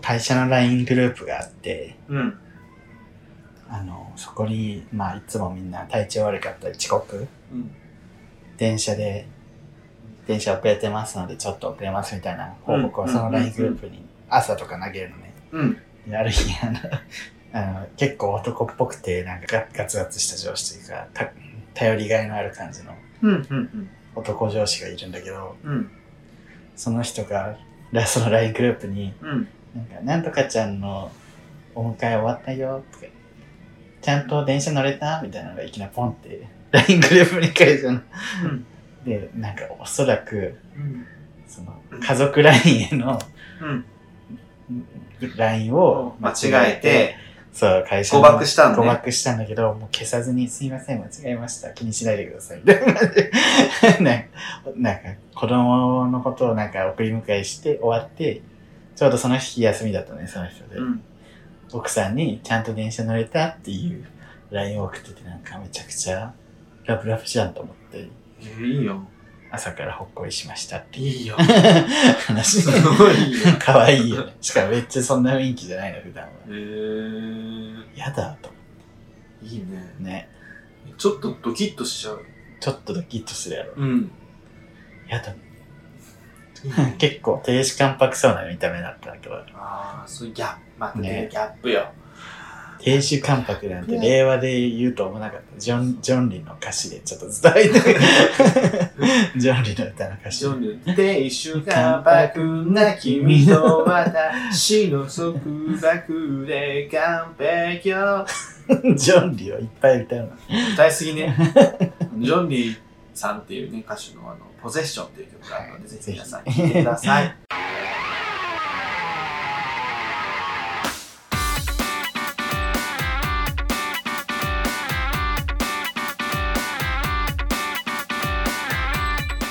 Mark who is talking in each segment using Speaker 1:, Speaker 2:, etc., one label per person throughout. Speaker 1: 会社の LINE グループがあって、
Speaker 2: うん。
Speaker 1: あの、そこに、まあ、いつもみんな体調悪かったり遅刻、
Speaker 2: うん。
Speaker 1: 電車で、電車遅れてますので、ちょっと遅れますみたいな報告
Speaker 2: う
Speaker 1: を
Speaker 2: ん
Speaker 1: その
Speaker 2: うん
Speaker 1: LINE グループに朝とか投げるのね。
Speaker 2: うん。
Speaker 1: である 日、あの、あの結構男っぽくて、なんかガガツガツした上司というか、た頼りがいのある感じの
Speaker 2: うん。うん。
Speaker 1: 男上司がいるんだけど、
Speaker 2: うん。
Speaker 1: その人が、ラその LINE グループに、
Speaker 2: うん。
Speaker 1: なんか、なんとかちゃんのお迎え終わったよ、とか、ちゃんと電車乗れたみたいなのがいきなりポンって、LINE グループに書いてあるの。
Speaker 2: うん
Speaker 1: で、なんか、おそらく、
Speaker 2: うん。
Speaker 1: その、家族 LINE への
Speaker 2: うん。
Speaker 1: LINE を
Speaker 2: 間違え、て、
Speaker 1: そう、会社
Speaker 2: 誤
Speaker 1: の
Speaker 2: 爆したの
Speaker 1: 誤
Speaker 2: ね。
Speaker 1: 爆したんだけど、もう消さずに、すいません、間違えました。気にしないでください。 みたいな感じでなんか、なんか子供のことをなんか送り迎えして終わって、ちょうどその日休みだったね、その人で。
Speaker 2: うん。
Speaker 1: 奥さんに、ちゃんと電車乗れたっていう LINE を送ってて、なんかめちゃくちゃラブラブじゃんと思って、
Speaker 2: えーいいよ。
Speaker 1: 朝からほっこりしましたっていう
Speaker 2: いいよ。
Speaker 1: 話
Speaker 2: す。ごいよ。
Speaker 1: かわいいよね。しかもめっちゃそんな雰囲気じゃないの、普段は。
Speaker 2: えー、
Speaker 1: やだと思
Speaker 2: いいね
Speaker 1: う。ね。
Speaker 2: ちょっとドキッとしちゃう。
Speaker 1: ちょっとドキッとするやろ。
Speaker 2: うん。
Speaker 1: やだ
Speaker 2: いいね
Speaker 1: 結構亭主関白そうな見た目だったんだけど、
Speaker 2: ああ、そういうギャップ。また
Speaker 1: ね
Speaker 2: ね、ギャップよ。
Speaker 1: 亭主関白なんて令和で言うと思わなかった。ジョン、ジョンリンの歌詞でちょっと伝えて。ジョンリンの歌の歌詞
Speaker 2: 一。緒に亭主がバクな君と私の束縛で完璧よ。
Speaker 1: ジョンリンをいっぱい歌うの。
Speaker 2: 歌いす ぎね。ジョンリーさんっていうね、歌手のあの、ポゼッションっていう曲があるので、ぜひ皆さん聴いてくだ さい。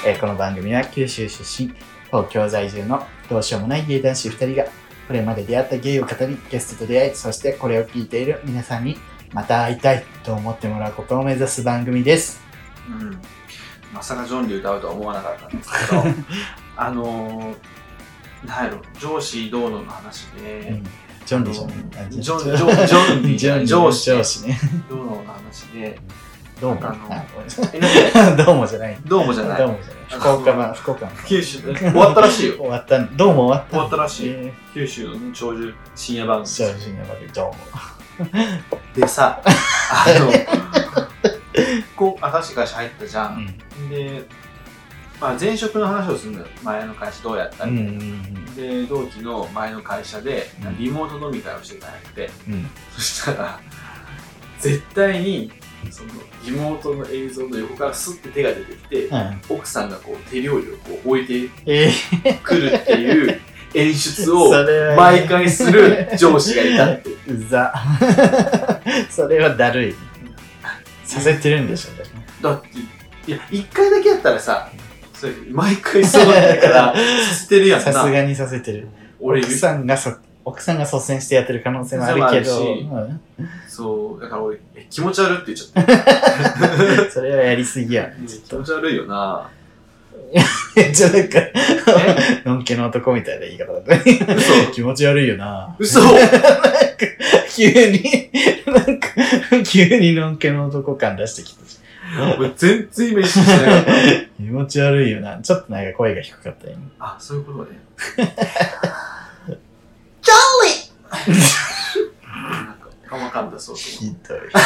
Speaker 1: えーこの番組は九州出身、東京在住のどうしようもないゲイ男子2人が、これまで出会ったゲイを語り、ゲストと出会い、そしてこれを聞いている皆さんに、また会いたいと思ってもらうことを目指す番組です。
Speaker 2: うん、まさかジョンリー歌うとは思わなかったんです けどあのー、なんやろ上司どうのの話で、
Speaker 1: うんジョンリンじゃないあ
Speaker 2: ジョンジョンジョンリン
Speaker 1: ジョンリン
Speaker 2: 上司
Speaker 1: 上司ね。
Speaker 2: どうのの話で
Speaker 1: どうも。
Speaker 2: あの
Speaker 1: あ
Speaker 2: えなんで
Speaker 1: どうもじゃない。
Speaker 2: どうもじゃな
Speaker 1: どう
Speaker 2: い
Speaker 1: もじゃない。福岡版、福岡版。
Speaker 2: 九州で終わったらしいよ
Speaker 1: 終わった、どうも終わった。
Speaker 2: 終わったらしい
Speaker 1: え
Speaker 2: 九州の、ね、長寿深夜番
Speaker 1: ー上
Speaker 2: 組
Speaker 1: 司に呼ばれるどうも。
Speaker 2: でさあのこう新しい会社入ったじゃ、
Speaker 1: うんん。
Speaker 2: で、まあ、前職の話をするんだよ前の会社どうやった
Speaker 1: う
Speaker 2: みたいな、
Speaker 1: ん。
Speaker 2: で同期の前の会社で
Speaker 1: うん
Speaker 2: リモート飲み会をしていただいて、
Speaker 1: うん。
Speaker 2: そしたら絶対にそのリモートの映像の横からスッて手が出てきて、
Speaker 1: うん。
Speaker 2: 奥さんがこう手料理をこう置いて
Speaker 1: えー
Speaker 2: くるっていう演出
Speaker 1: そ
Speaker 2: を
Speaker 1: れは
Speaker 2: 毎回する上司がいたって
Speaker 1: うざ。 それはだるい。させてるんでしょ、だから
Speaker 2: だっていや一回だけやったらさそれ毎回そうなんだから させてるやん
Speaker 1: さす
Speaker 2: な
Speaker 1: がにさせてる。
Speaker 2: 俺
Speaker 1: 奥さんがそ、奥さんが率先してやってる可能性もあるけ
Speaker 2: そ
Speaker 1: ど
Speaker 2: れも、そうだから俺え気持ち悪いって言っちゃった
Speaker 1: うんそれはやりすぎやね。ちょっ
Speaker 2: 気
Speaker 1: と
Speaker 2: 持ち悪いよな。
Speaker 1: じゃなんか
Speaker 2: え、
Speaker 1: のんけの男みたいな言い方だった ね。
Speaker 2: 嘘
Speaker 1: 気持ち悪いよな。
Speaker 2: 嘘
Speaker 1: 急に、なんか、急にのんけの男感出してきたし。
Speaker 2: 俺全然イメージしてなかっ
Speaker 1: 気持ち悪いよな。ちょっとなんか声が低かったよ。
Speaker 2: た。あ、そういうことね。ジョーリーなんか、かまかんだそうそう。
Speaker 1: ひどい。ひ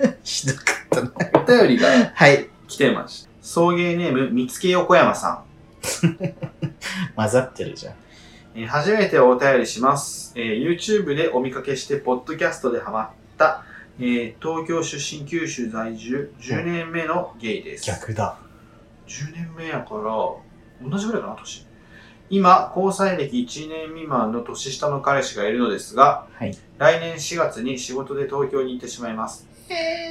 Speaker 1: どい。ひどかったな。
Speaker 2: お便りが
Speaker 1: はい。
Speaker 2: 来てました。送迎ネーム、見つけ横山さ
Speaker 1: 混ざってるじゃん。
Speaker 2: ん。えー初めてお便りします。えー YouTube でお見かけして、ポッドキャストでハマった、えー東京出身九州在住10年目のゲイです。
Speaker 1: 逆だ。
Speaker 2: 10年目やから、同じぐらいかな、年。今、交際歴1年未満の年下の彼氏がいるのですが、
Speaker 1: はい。
Speaker 2: 来年4月に仕事で東京に行ってしまいます。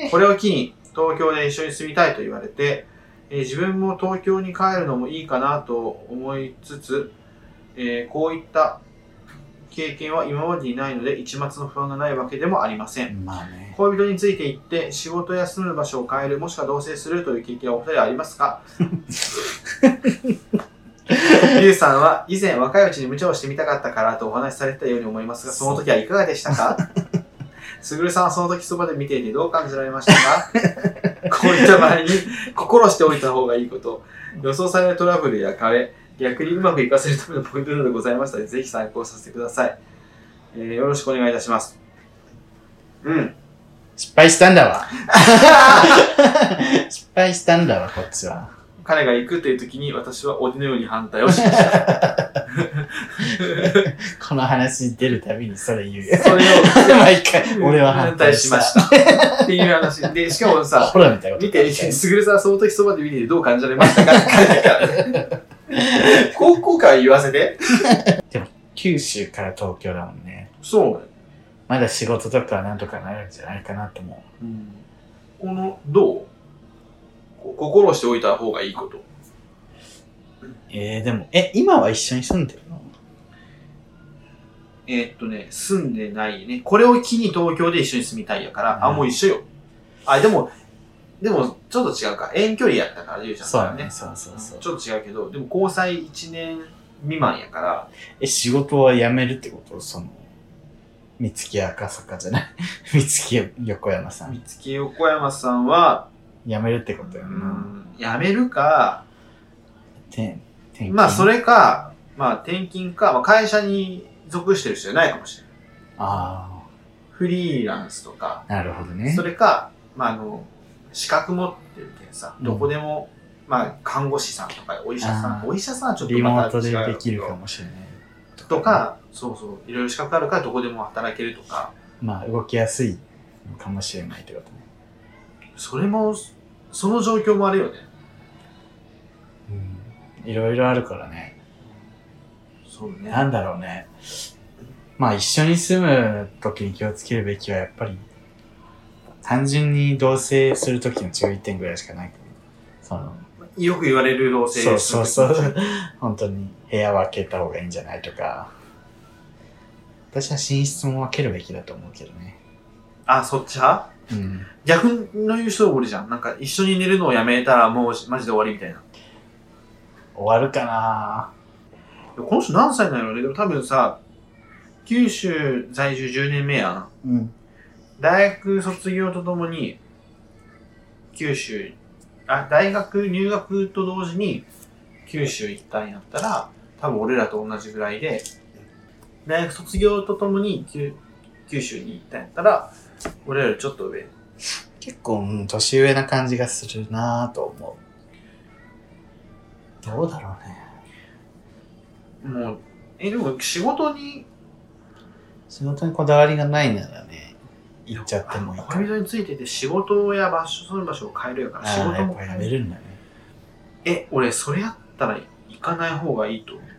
Speaker 2: これを機に、東京で一緒に住みたいと言われて、えー自分も東京に帰るのもいいかなと思いつつ、えーこういった経験は今までにないので、一末の不安がないわけでもありません。
Speaker 1: まあね。
Speaker 2: 恋人について行って仕事や住む場所を変え るもしくは同棲するという経験はお二人はありますかゆうさんは以前若いうちに無茶をしてみたかったからとお話しされてたように思いますが、その時はいかがでした かすぐるさんはその時そばで見ていてどう感じられましたかこういった場合に心しておいた方がいいこと、予想されるトラブルや壁、逆にうまくいかせるためのポイントなどございましたので、ぜひ参考させてください。えーよろしくお願いいたします。うん。
Speaker 1: 失敗したんだわ。 失敗したんだわ、こっちは。
Speaker 2: 彼が行くという時に私は鬼のように反対 をしました。
Speaker 1: この話出るたびにそれ言うよ。
Speaker 2: それを
Speaker 1: 毎回、俺は反対しました。
Speaker 2: た。っていう話。で、しかもさ、
Speaker 1: ほら、みたいなこと
Speaker 2: 見、
Speaker 1: 言って
Speaker 2: すぐるさんその時そばで見ててどう感じられましたかって書いてある から。高校から言わせて。
Speaker 1: 九州から東京だもんね。
Speaker 2: そう。
Speaker 1: まだ仕事とかはなんとかなるんじゃないかなと思
Speaker 2: うん、この、どうこ心しておいた方がいいこと。
Speaker 1: う。えー、でも、え、今は一緒に住んでるの
Speaker 2: えーっとね、住んでないね。これを機に東京で一緒に住みたいやから、あ、
Speaker 1: うん
Speaker 2: もう一緒よ。あ、でも、でも、ちょっと違うか。遠距離やったから、ゆうちゃん
Speaker 1: そう
Speaker 2: から
Speaker 1: だね。そうそうそう。
Speaker 2: ちょっと違うけど、でも交際1年未満やから、
Speaker 1: え、仕事は辞めるってことその、三月赤坂じゃない三月横山さん。
Speaker 2: 三月横山さんは、
Speaker 1: 辞めるってこ
Speaker 2: う
Speaker 1: とよな。
Speaker 2: ん、辞めるか、
Speaker 1: て転
Speaker 2: まあそ
Speaker 1: れ。
Speaker 2: れか、まあ転勤か、まあ会社に属してる人じゃないかもしれない。
Speaker 1: あ
Speaker 2: フリーランスとか、
Speaker 1: あ、なるほどね
Speaker 2: そ。れか、まああの、資格持ってるけんさ、
Speaker 1: うん
Speaker 2: どこでも、まあ看護師さんとかお医者さ
Speaker 1: あー
Speaker 2: ん、お医者さんはちょっと
Speaker 1: リモ
Speaker 2: ま
Speaker 1: ー
Speaker 2: た
Speaker 1: トで
Speaker 2: 違うけ
Speaker 1: で
Speaker 2: ど
Speaker 1: きるかもしれない。
Speaker 2: とか、そうそう、いろいろ資格あるからどこでも働けるとか、
Speaker 1: まあ動きやすいのかもしれないってことね。
Speaker 2: それも、その状況もあるよね。
Speaker 1: うん。いろいろあるからね。
Speaker 2: そうね。
Speaker 1: なんだろうね。まあ一緒に住む時に気をつけるべきはやっぱり、単純に同棲する時の注意点ぐらいしかないかも。その、
Speaker 2: よく言われる同性
Speaker 1: そうそうそう。 本当に部屋分けた方がいいんじゃないとか。私は寝室も分けるべきだと思うけどね。
Speaker 2: あ、そっち派
Speaker 1: うん。
Speaker 2: 逆の言う人おるじゃん。なんか一緒に寝るのをやめたらもうマジで終わりみたいな。
Speaker 1: 終わるかな
Speaker 2: この人何歳なんやろうね。でも多分さ、九州在住10年目やん。
Speaker 1: うん。
Speaker 2: 大学卒業とともに、九州、あ、大学入学と同時に九州行ったんやったら、多分俺らと同じぐらいで、大学卒業とともに九九州に行ったんやったら、俺らよりちょっと上。
Speaker 1: 結構、うん、年上な感じがするなぁと思う。どうだろうね。
Speaker 2: もう、え、でも仕事に
Speaker 1: 仕事にこだわりがないならね、行っちゃってもいいか
Speaker 2: 恋人についてて仕事や場所、住む場所を変えるやから、仕
Speaker 1: ああ、
Speaker 2: 事
Speaker 1: やっ
Speaker 2: も
Speaker 1: ぱや
Speaker 2: 変え
Speaker 1: め
Speaker 2: る。
Speaker 1: るんだね。
Speaker 2: え、俺、それやったら行かない方がいいと思う。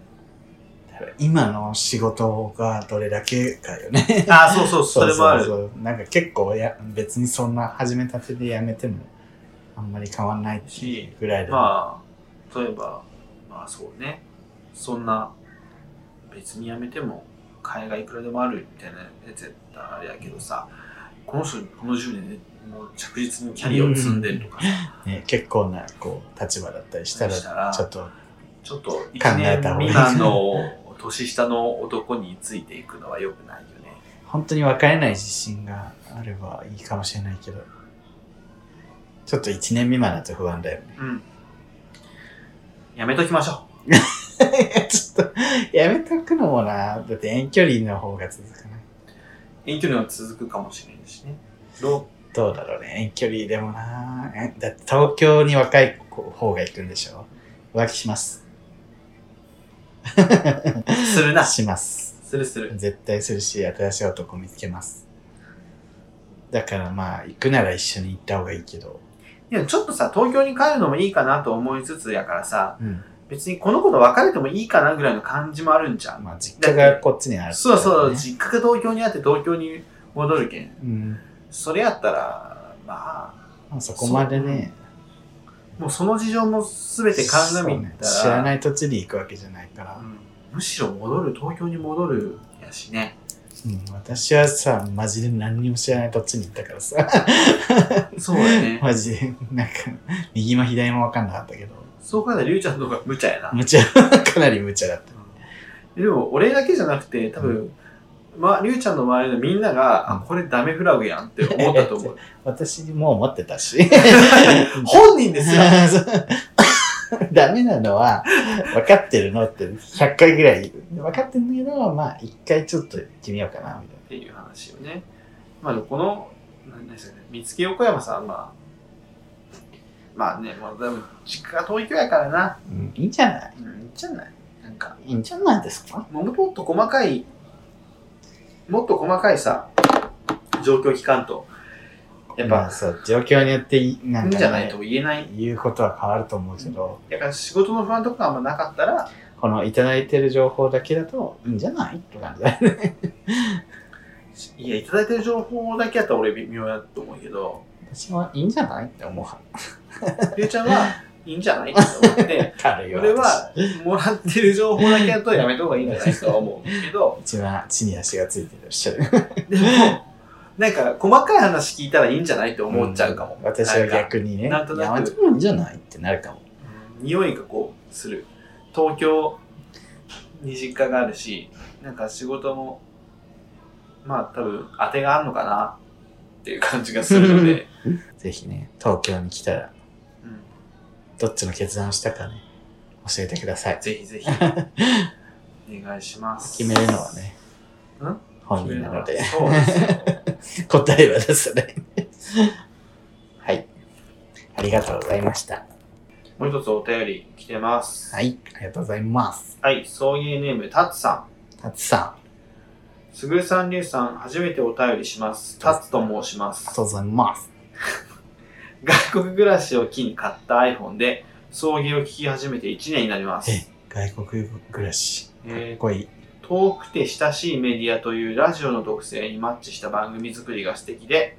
Speaker 1: だから今の仕事がどれだけかよね。
Speaker 2: あ、そうそう、それもある。
Speaker 1: うなんか結構や、別にそんな始めたてでやめても、あんまり変わんない
Speaker 2: し
Speaker 1: ぐらいで。
Speaker 2: まあ、例えば、まあそうね、そんな、別に辞めても、替えがいくらでもあるみたいなやつやったらあれやけどさ、この人、この10年で、もう着実にキャリアを積んでるとかさ、
Speaker 1: ね、結構な、こう、立場だったりしたら、
Speaker 2: したら
Speaker 1: ちょっと、
Speaker 2: ちょっと1
Speaker 1: 考え
Speaker 2: 年
Speaker 1: た方がいい
Speaker 2: 未満の年下の男についていくのは良くないよね。
Speaker 1: 本当に分かれない自信があればいいかもしれないけど、ちょっと1年未満だと不安だよね。
Speaker 2: うん。やめときましょ
Speaker 1: ちょっと、やめとくのもな、だって遠距離の方が続かない。
Speaker 2: う。遠距離は続くかもしれないしね。ど
Speaker 1: どうだろうね、遠距離でもな。えだって東京に若い子方が行くんでしょ浮気します。
Speaker 2: うするな。す
Speaker 1: します。
Speaker 2: るする。
Speaker 1: 絶対するし、新しい男見つけます。だからまあ、行くなら一緒に行った方がいいけど。
Speaker 2: いや、ちょっとさ、東京に帰るのもいいかなと思いつつやからさ、
Speaker 1: うん。
Speaker 2: 別にこの子と別れてもいいかなぐらいの感じもあるんじゃん。
Speaker 1: まあ、実家がこっちにある、
Speaker 2: そうそう、。実家が東京にあって東京に戻るけん。
Speaker 1: うん。
Speaker 2: それやったら、まあ、
Speaker 1: まあ、そこまでね。
Speaker 2: もうその事情も全て鑑みたら、
Speaker 1: そうね知らない土地に行くわけじゃないから。
Speaker 2: う
Speaker 1: うん
Speaker 2: むしろ戻る、東京に戻るやしね。
Speaker 1: ん。私はさ、マジで何にも知らない土地に行ったから さ。
Speaker 2: そうだね。
Speaker 1: マジで、なんか、右も左も分かんなかったけど。
Speaker 2: そう考えたら、りゅうちゃんの方が無茶やな。
Speaker 1: 無茶、かなり無茶だった。
Speaker 2: でも、俺だけじゃなくて、多分、まあ、りゅうちゃんの周りのみんなが、
Speaker 1: うん
Speaker 2: あ、これダメフラグやんって思ったと 思う。
Speaker 1: 私も思ってたし。
Speaker 2: 本人ですよ。
Speaker 1: ダメなのは、分かってるのって100回ぐらい。分かってるんだけど、まあ、一回ちょっと行ってみようかな、みたい
Speaker 2: っていう話をね。まあ、でもこの、なんなんですかね、見つけ横山さんは、まあ、まあね、まあ、多分、実家が東京やからな。
Speaker 1: な。うん、いいんじゃない
Speaker 2: うん、いいんじゃないなんか、
Speaker 1: いいんじゃないですか
Speaker 2: もうもっと細かい、もっと細かいさ、状況聞かんと、やっ
Speaker 1: まあ
Speaker 2: ぱ、
Speaker 1: そう、状況によってい、ない
Speaker 2: い
Speaker 1: ん
Speaker 2: ん
Speaker 1: か、
Speaker 2: じゃない
Speaker 1: ね
Speaker 2: と、言えない。
Speaker 1: 言うことは変わると思うけど、
Speaker 2: だから仕事の不安とかあんまなかったら、
Speaker 1: このいただいてる情報だけだと、いいんじゃないって感じだね。
Speaker 2: いや、いただいてる情報だけやったら俺微妙やと思うけ ど、
Speaker 1: 私はいいんじゃないって思う。
Speaker 2: りゅうちゃんは、いいんじゃないって 思って、
Speaker 1: 軽いよ。
Speaker 2: 俺は、もらってる情報だけやとやめた方がいいんじゃないとは思うけど
Speaker 1: 私、、一番地に足がついてる人で。
Speaker 2: でも、なんか、細かい話聞いたらいいんじゃないって思っちゃうかも。
Speaker 1: ん私は逆にね。
Speaker 2: なんとなく
Speaker 1: いや、私もいいんじゃないってなるかも。
Speaker 2: うん匂いがこうする東京に実家があるしなんか仕事もまあ多分当てがあんのかなっていう感じがする ので、
Speaker 1: ぜひね、東京に来たら、
Speaker 2: うん、
Speaker 1: どっちの決断をしたかね、教えてください。
Speaker 2: ぜひぜひお願いします
Speaker 1: 決めるのはね、
Speaker 2: ん
Speaker 1: 本人なので、
Speaker 2: 決 めるのはそうですよ
Speaker 1: 答えは出さない。はい。ありがとうございました。
Speaker 2: もう一つお便り来てます
Speaker 1: はい、ありがとうございます。
Speaker 2: はい送迎ネームたつさん
Speaker 1: たつさん、
Speaker 2: すぐるさんりゅうさん初めてお便りしますたつと申しま
Speaker 1: ありが
Speaker 2: す
Speaker 1: とうございます。
Speaker 2: 外国暮らしを機に買った iPhone で送迎を聞き始めて1年になります
Speaker 1: え、外国暮らし、か
Speaker 2: えー
Speaker 1: っこいい。
Speaker 2: 遠くて親しいメディアというラジオの特性にマッチした番組作りが素敵で、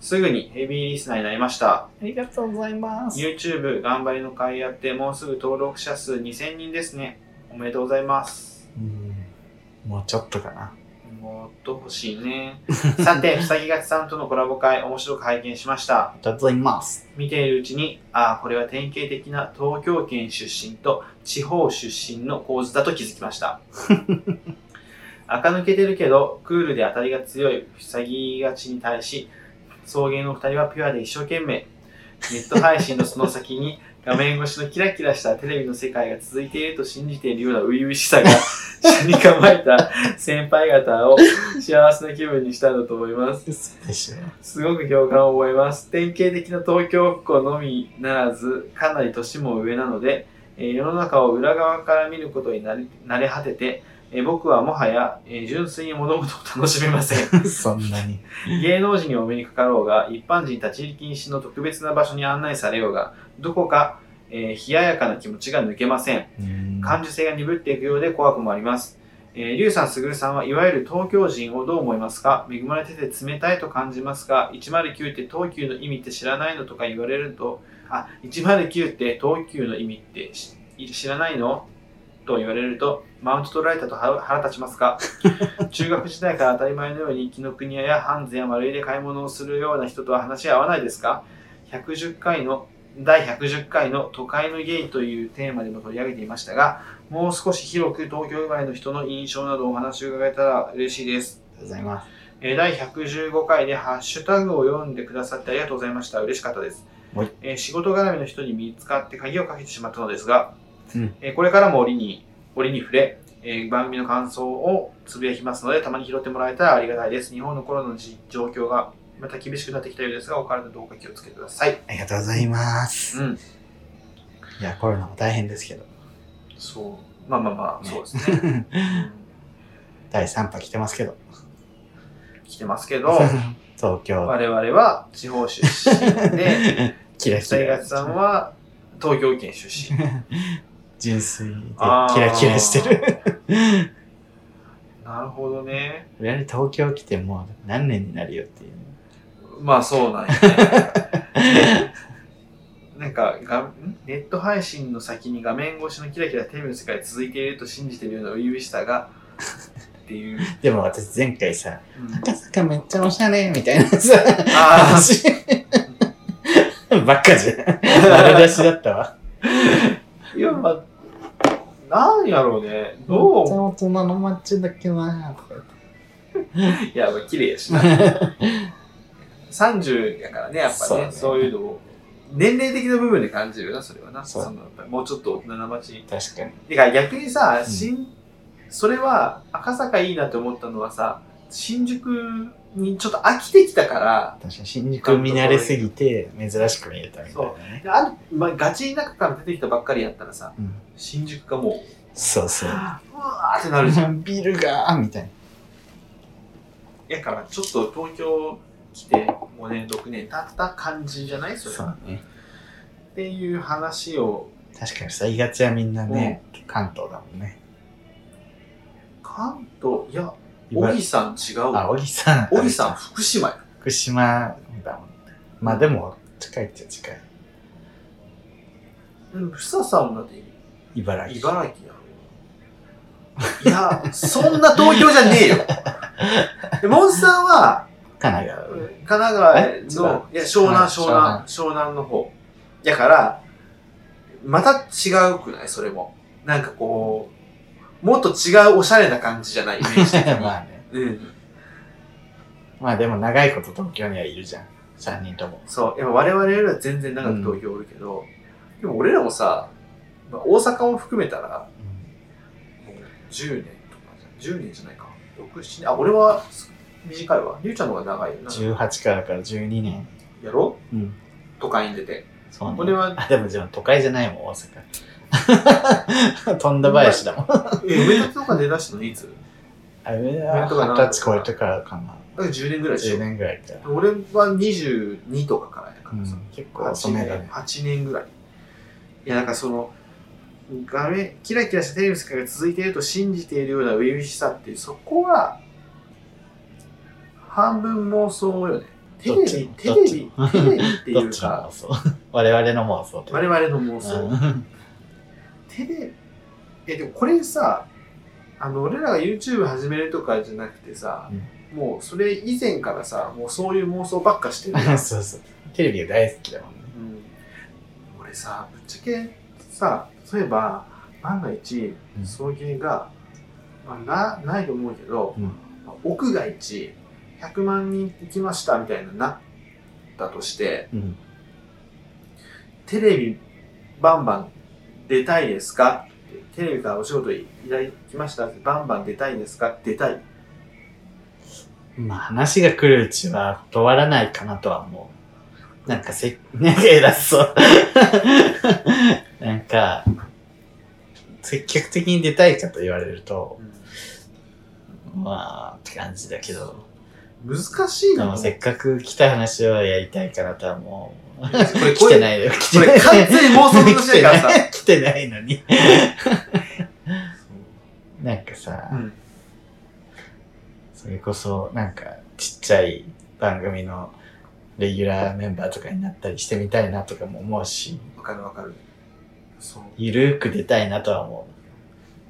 Speaker 2: すぐにヘビーリスナーになりました。
Speaker 1: ありがとうございま。
Speaker 2: YouTube 頑張りの会やって、もうすぐ登録者数2000人ですね。おめでとうございます。
Speaker 1: うん、もうちょっとかな。
Speaker 2: もっと欲しいね。さて、ふさぎがちさんとのコラボ会、面白く拝見しました
Speaker 1: あ。りがとうございます。
Speaker 2: 見ているうちに、ああ、これは典型的な東京圏出身と地方出身の構図だと気づきました。垢抜けてるけど、クールで当たりが強い塞ぎがちに対し、送迎の二人はピュアで一生懸命、ネット配信のその先に画面越しのキラキラしたテレビの世界が続いていると信じているような初々しさが、下に構えた先輩方を幸せな気分にしたんだと思います。
Speaker 1: そうでしょ
Speaker 2: すごく共感を覚えます。典型的な東京っ子のみならず、かなり年も上なので、えー世の中を裏側から見ることになり慣れ果てて、えー僕はもはや、えー純粋に物事を楽しめません。
Speaker 1: そんなに。
Speaker 2: 芸能人にお目にかかろうが、一般人立ち入り禁止の特別な場所に案内されようが、どこか、えー冷ややかな気持ちが抜けません。
Speaker 1: うん
Speaker 2: 感受性が鈍っていくようで怖くもあります。えー、リュウさん、スグルさんはいわゆる東京人をどう思いますか恵まれてて冷たいと感じますが、109って東急の意味って知らないのとか言われると、あ、109って東急の意味ってし知らないのと言われると、マウント取られたと腹腹立ちま すか中学時代から当たり前のように紀ノ国屋やハンズや丸井で買い物をするような人とは話し合わないですか110回の第110回の都会のゲイというテーマでも取り上げていましたが、もう少し広く東京以外の人の印象などお話を伺えたら嬉しいです。
Speaker 1: ありがとうございます。
Speaker 2: えー第115回でハッシュタグを読んでくださってありがとうございました。嬉しかったです。
Speaker 1: はい
Speaker 2: えー仕事絡みの人に見つかって鍵をかけてしまったのですが、
Speaker 1: うん
Speaker 2: えーこれからも折に、折に触れ、えー番組の感想をつぶやきますので、たまに拾ってもらえたらありがたいです。日本のコロナのじ状況がまた厳しくなってきたようですが、お体どうか気をつけてください。
Speaker 1: ありがとうございます。
Speaker 2: うん。
Speaker 1: いや、コロナも大変ですけど。
Speaker 2: そう。まあまあまあ、そうですね。 うん
Speaker 1: 第3波来てますけど。
Speaker 2: 来てます けど、
Speaker 1: 東 京、
Speaker 2: 我々は地方出身 で、
Speaker 1: キラキ
Speaker 2: 大
Speaker 1: ラ
Speaker 2: 学。さんは東京県出身。
Speaker 1: 純粋で キ
Speaker 2: あー
Speaker 1: ラキラしてる。
Speaker 2: なるほどね。
Speaker 1: 我々東京来てもう何年になるよっていう。
Speaker 2: まあそうなんや ね。なんかがんネット配信の先に画面越しのキラキラテレビの世界が続いていると信じているような初々しさがっていう。
Speaker 1: でも私前回さ、
Speaker 2: うん
Speaker 1: 赤坂めっちゃおしゃれみたいなさ、
Speaker 2: あ
Speaker 1: 話。ばっかじゃん。丸出しだったわ。
Speaker 2: いや、まあ、なんやろうね。
Speaker 1: め
Speaker 2: ど
Speaker 1: っち
Speaker 2: う
Speaker 1: ゃ大人の街だけどなとか言って
Speaker 2: いや、まあ、綺麗やしな。30やからね、やっぱ
Speaker 1: そう
Speaker 2: ね、
Speaker 1: ね
Speaker 2: そういうのを。年齢的な部分で感じるよな、それはな。
Speaker 1: そう
Speaker 2: そのやっぱりもうちょっと大人な街。
Speaker 1: 確かに。
Speaker 2: てか逆にさ、
Speaker 1: ん
Speaker 2: 新、それは赤坂いいなって思ったのはさ、新宿にちょっと飽きてきたから、
Speaker 1: 確かに新宿見慣れすぎて珍しく見えたみたいなね。
Speaker 2: であるまあ、ガチ田舎から出てきたばっかりやったらさ、
Speaker 1: うん
Speaker 2: 新宿がもう、
Speaker 1: そうそうう。
Speaker 2: わーってなるじゃん。
Speaker 1: ビルがみたいな。
Speaker 2: やから、ちょっと東京来て5年、6年経った感じじゃないそれ。
Speaker 1: そうね。
Speaker 2: っていう話を、
Speaker 1: 確かにさ、言いがちはみんなね、関東だもんね。
Speaker 2: 関東、いや、小木さん違う
Speaker 1: あ、
Speaker 2: わ。
Speaker 1: 小木さん。
Speaker 2: 小木さん、福島や。
Speaker 1: 福島だもん。まあでも、近いっちゃ近い。
Speaker 2: うん、房さんもだって
Speaker 1: 茨城。
Speaker 2: 茨城やろ。いや、そんな東京じゃね えよ。でモンスターは、
Speaker 1: 神奈川。
Speaker 2: 神奈川
Speaker 1: え違う
Speaker 2: の、いや、湘南、
Speaker 1: はい
Speaker 2: 湘南、湘南の方。だから、また違うくないそれも。なんかこう、もっと違うおしゃれな感じじゃないイメージ的に。
Speaker 1: まあね。
Speaker 2: うん。
Speaker 1: まあでも長いこと東京にはいるじゃん。3人とも。
Speaker 2: そう。やっぱ我々よりは全然長く東京おるけど、でも俺らもさ、まあ、大阪も含めたら、もう10年とかじゃん10年じゃないか6、7年あ俺は短いわりゅうちゃんの方が長いよな
Speaker 1: 18からから12年。
Speaker 2: やろ
Speaker 1: うん。
Speaker 2: 都会に 出て
Speaker 1: そうね。
Speaker 2: 俺は
Speaker 1: あ、でもでも都会じゃないもん、大阪。 富田林だもん。
Speaker 2: え梅立とか出だしたのいつ
Speaker 1: あれ
Speaker 2: 上
Speaker 1: は
Speaker 2: とかな
Speaker 1: 二十歳超えてからかな。
Speaker 2: だから10年ぐらいでし
Speaker 1: 10
Speaker 2: ょ
Speaker 1: 年ぐらいから。
Speaker 2: 俺は22とかからや
Speaker 1: う
Speaker 2: からさ、
Speaker 1: ん、結構遅
Speaker 2: 8
Speaker 1: めだ
Speaker 2: 年
Speaker 1: ね。
Speaker 2: 八年ぐらいいやなんかその画面キラキラしたテレビの世界が続いていると信じているような初々しさっていうそこは半分妄想よねテレ
Speaker 1: どっ
Speaker 2: ビ
Speaker 1: ち
Speaker 2: テレビテ
Speaker 1: どっち
Speaker 2: レビってい
Speaker 1: どっ
Speaker 2: う
Speaker 1: ち
Speaker 2: か
Speaker 1: の妄想 我々の妄想って。
Speaker 2: 我々の妄想、
Speaker 1: うん
Speaker 2: テレえでもこれさあの俺らが YouTube 始めるとかじゃなくてさ、もうそれ以前からさもうそういう妄想ばっかして るやん
Speaker 1: そうそう。テレビが大好きだもんね。
Speaker 2: うん、俺さぶっちゃけさそういえば万が一
Speaker 1: うん
Speaker 2: 送迎が、まあ、なないと思うけど、
Speaker 1: うん
Speaker 2: まあ屋外一100万人行きましたみたいななったとして
Speaker 1: うん。
Speaker 2: テレビバンバン出たいですかテレビからお仕事依頼来ましたってバンバン出たいですか出たい
Speaker 1: まあ話が来るうちは断らないかなとは思う。なんかせ、 なんか偉そう。 なんか、積極的に出たいかと言われると、まあって感じだけど。
Speaker 2: 難しい
Speaker 1: で
Speaker 2: な
Speaker 1: もせっかく来た話をやりたいからとはもう、
Speaker 2: これ
Speaker 1: 来て
Speaker 2: い
Speaker 1: ないよ。来
Speaker 2: こ
Speaker 1: てな
Speaker 2: れ
Speaker 1: い。
Speaker 2: 完全に妄想の
Speaker 1: 来て
Speaker 2: 話だ
Speaker 1: な
Speaker 2: からさ
Speaker 1: い。来てないのに。なんかさ、
Speaker 2: うん
Speaker 1: それこそなんかちっちゃい番組のレギュラーメンバーとかになったりしてみたいなとかも思うし、
Speaker 2: わかるわかるそう
Speaker 1: ゆるーく出たいなとは思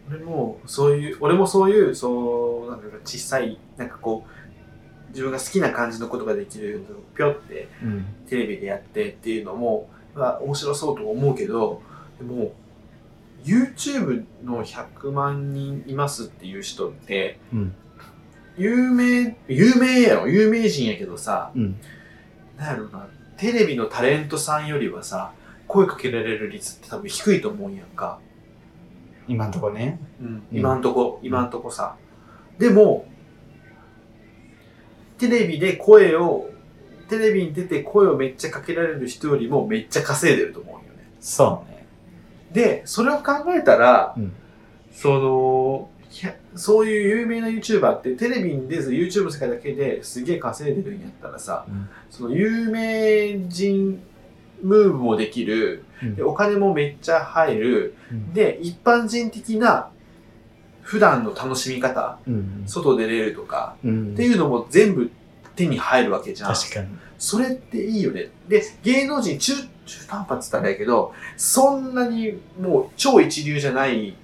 Speaker 2: 俺もそういう俺もそういうそうなんだろう小さいなんかこう自分が好きな感じのことができるのをぴょって
Speaker 1: う。うん。
Speaker 2: テレビでやってっていうのも、まあ、面白そうと思うけどでも YouTube の100万人いますっていう人って
Speaker 1: うん。
Speaker 2: 有名有名やろ有名人やけどさ
Speaker 1: うん。
Speaker 2: なんやろなテレビのタレントさんよりはさ声かけられる率って多分低いと思うんやんか。
Speaker 1: 今んとこね。
Speaker 2: うん、今んとこ、今んとこさ。でも、テレビで声を、テレビに出て声をめっちゃかけられる人よりもめっちゃ稼いでると思うんよね。
Speaker 1: そうね。
Speaker 2: で、それを考えたら、
Speaker 1: うん
Speaker 2: その、いやそういう有名な YouTuber ってテレビに出ず YouTube の世界だけですげえ稼いでるんやったらさ、
Speaker 1: うん
Speaker 2: その有名人ムーブもできる、
Speaker 1: うん
Speaker 2: でお金もめっちゃ入る、
Speaker 1: うん。
Speaker 2: で、一般人的な普段の楽しみ方、
Speaker 1: うん。
Speaker 2: 外出れるとか、
Speaker 1: うん
Speaker 2: っていうのも全部手に入るわけじゃん。
Speaker 1: 確かに。
Speaker 2: それっていいよね。で、芸能人中、中途半端って言ったらあれやけど、そんなにもう超一流じゃないっ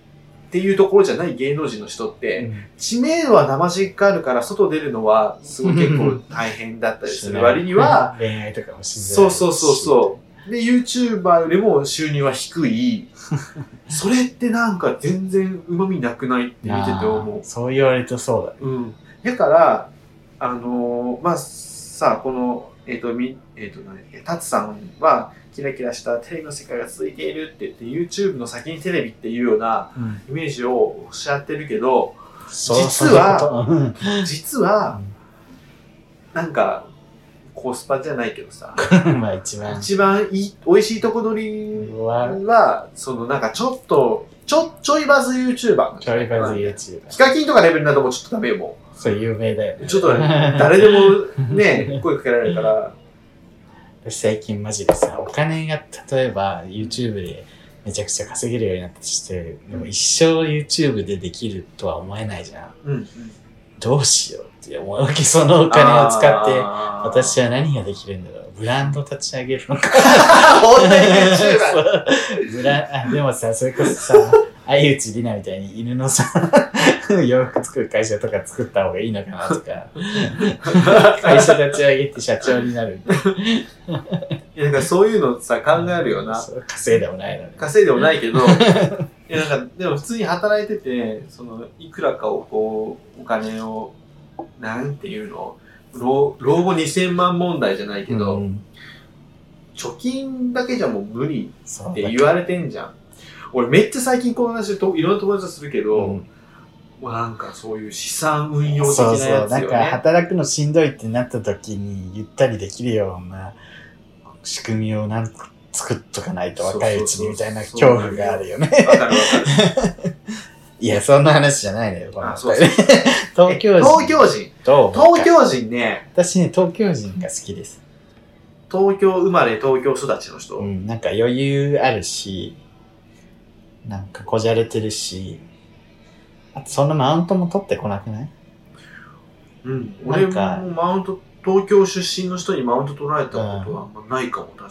Speaker 2: ていうところじゃない芸能人の人って、知名度は生じがあるから外出るのはすごい結構大変だったりする割には、
Speaker 1: うん、恋愛とかもしづらいし
Speaker 2: そうそうそうそう。で、YouTuber よりも収入は低い。それってなんか全然旨味なくないって見てて思
Speaker 1: あーそう言われるとそうだね。
Speaker 2: う。うん。だから、あのーまあ、さ、この、えっ、と、み、えっ、と、なんだっけ、タツさんは、キラキラしたテレビの世界が続いているって言って、YouTube の先にテレビっていうような
Speaker 1: うん。
Speaker 2: イメージをおっしゃってるけど、
Speaker 1: そう
Speaker 2: 実は
Speaker 1: そういうことうん
Speaker 2: 実は、なんか、コスパじゃないけどさ、
Speaker 1: まあ一番
Speaker 2: 一番いい、美味しいとこ取り
Speaker 1: は、
Speaker 2: は、そのなんかちょっと、ちょ、ちょいバズ YouTuber。
Speaker 1: ちょいバズ
Speaker 2: ヒ
Speaker 1: YouTuber。
Speaker 2: カキンとかレベルになともうちょっとダメよ、も
Speaker 1: そう、有名だよ
Speaker 2: う。
Speaker 1: ね。
Speaker 2: ちょっと誰でも ね、声かけられるから。
Speaker 1: 私最近マジでさ、お金が例えば YouTube でめちゃくちゃ稼げるようになったとして、でも一生 YouTube でできるとは思えないじゃん。
Speaker 2: うん。
Speaker 1: どうしようって思うわけ、そのお
Speaker 2: お
Speaker 1: 金を使って。私
Speaker 2: 私。
Speaker 1: は何ができるんだろうブランド立ち上げるのか。
Speaker 2: 本当に YouTuber。
Speaker 1: そう ブランあでもさ、それこそさ、相内里奈みたいに犬のさ、洋服作る会社とか作った方がいいのかなと か、 会社立ち上げて社長になるみたい
Speaker 2: いや、なんかそういうのさ、考えるよ
Speaker 1: な。
Speaker 2: な。
Speaker 1: そう稼いでもないのに。
Speaker 2: 稼いでもな いけど、いや、なんか、でも普通に働いてて、その、いくらかをこう、お金を、なんていうの老老後2000万問題じゃないけど、
Speaker 1: うん
Speaker 2: 貯金だけじゃもう無理
Speaker 1: そう
Speaker 2: って言われてんじゃん。俺めっちゃ最近この話といろんな友達とするけど、
Speaker 1: うん
Speaker 2: もうなんかそういう資産運用的な
Speaker 1: そう
Speaker 2: やつ
Speaker 1: そう、
Speaker 2: よね。
Speaker 1: なんか働くのしんどいってなった時にゆったりできるような仕組みをなんか作っとかないと若いうちにみたいな恐怖があるよね。
Speaker 2: わかる わかる。
Speaker 1: いや、そんな話じゃないのよ、この
Speaker 2: あ
Speaker 1: 二
Speaker 2: そう
Speaker 1: 人
Speaker 2: そう
Speaker 1: ね。東京人。
Speaker 2: 東京人。
Speaker 1: と
Speaker 2: 東京人ね、
Speaker 1: 私ね、東京人が好きです。
Speaker 2: 東京生まれ、東京育ちの人。
Speaker 1: うん、なんか余裕あるし、なんかこじゃれてるし、あとそんなマウントも取ってこなく ない
Speaker 2: うん。俺も
Speaker 1: なんか
Speaker 2: マウント、東京出身の人にマウント取られたことはあんまないかも、確か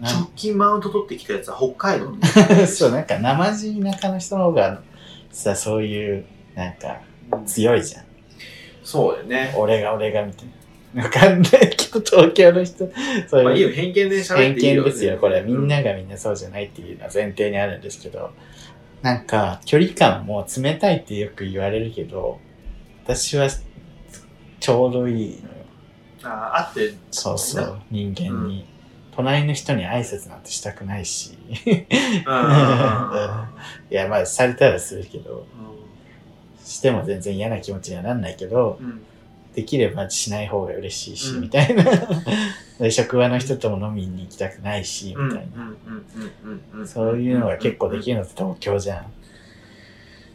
Speaker 2: に。
Speaker 1: なん
Speaker 2: 直近マウント取ってきたやつは北海道の
Speaker 1: そう、なんか生地田舎の人の方がさ、そういう、なんか
Speaker 2: うん
Speaker 1: 強いじゃん。
Speaker 2: そうだよね。
Speaker 1: 俺が俺がみたいな。わかんないけど、東京の人、そう
Speaker 2: まあいい
Speaker 1: いう
Speaker 2: よ、偏見で喋
Speaker 1: 偏
Speaker 2: っていいよ。
Speaker 1: 見ですよ、これ。みん
Speaker 2: う
Speaker 1: ながみんなそうじゃないっていうのは前提にあるんですけど、なんか距離感も冷たいってよく言われるけど、私はちょうどいいのよ。
Speaker 2: あーあって、
Speaker 1: そうそう、人間に。
Speaker 2: う
Speaker 1: 隣の人に挨拶なんてしたくないし。
Speaker 2: うんうんうんうん
Speaker 1: いや、まあ、されたらするけど、
Speaker 2: う
Speaker 1: しても全然嫌な気持ちにはなんないけど、
Speaker 2: んうん
Speaker 1: できればしない方が嬉しいし、
Speaker 2: うん
Speaker 1: みたいな。 で職場の人とも飲みに行きたくないし、
Speaker 2: うん
Speaker 1: み
Speaker 2: うん
Speaker 1: たい
Speaker 2: うんうんう
Speaker 1: な。
Speaker 2: ん
Speaker 1: そういうのが結構できるのって東京じゃん。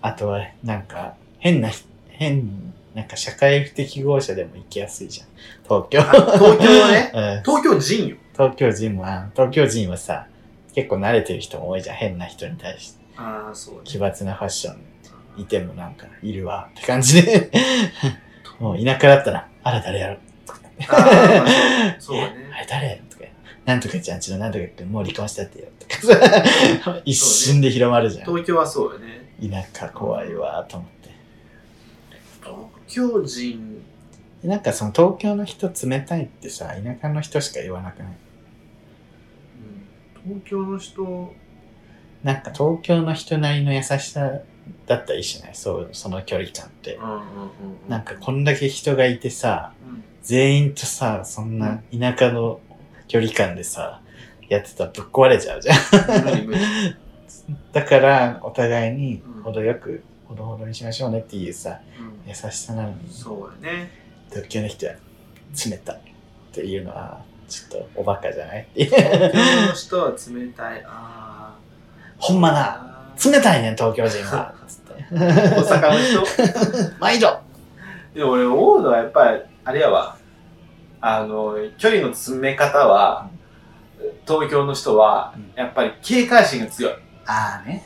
Speaker 1: あとは、なんか、変な、変、なんか社会不適合者でも行きやすいじゃん。東京。
Speaker 2: 東京はね
Speaker 1: うん、
Speaker 2: 東京人よ
Speaker 1: 東京人も、あ東京人はさ、結構慣れてる人も多いじゃん。変な人に対して。
Speaker 2: ああそう
Speaker 1: 奇抜なファッションいてもなんか、いるわって感じで。 もう田舎だったら、あら誰やろ
Speaker 2: あーまあそうそうだ
Speaker 1: え
Speaker 2: ね
Speaker 1: あれ誰とか、なんとかちゃんちのなんとかくんもう離婚したってよ。とかさ、一瞬で広まるじゃん。
Speaker 2: 東京はそうだね
Speaker 1: 田舎怖いわと思って。
Speaker 2: 東京人
Speaker 1: なんかその東京の人冷たいってさ、田舎の人しか言わなくない。
Speaker 2: うん東京の人
Speaker 1: なんか東京の人なりの優しさだったりしないそう、その距離感って
Speaker 2: う。んうんうんうん
Speaker 1: なんかこんだけ人がいてさ、
Speaker 2: うん
Speaker 1: 全員とさ、そんな田舎の距離感でさ、やってたらぶっ壊れちゃうじゃん。
Speaker 2: 無理無理
Speaker 1: だから、お互いに程よく、ほどほどにしましょうねっていうさ、
Speaker 2: う
Speaker 1: 優しさなのに
Speaker 2: ん、そうだね
Speaker 1: 東京の人は冷たいっていうのは、ちょっとおバカじゃないっていう。
Speaker 2: 東京の人は冷たいあ
Speaker 1: ほんまな、
Speaker 2: あー
Speaker 1: 冷たいねん、東京人は。つって。
Speaker 2: 大阪の人
Speaker 1: 毎度
Speaker 2: でも俺思うのはやっぱりあれやわあの距離の詰め方は東京の人は
Speaker 1: うん
Speaker 2: やっぱり警戒心が強い
Speaker 1: ああね。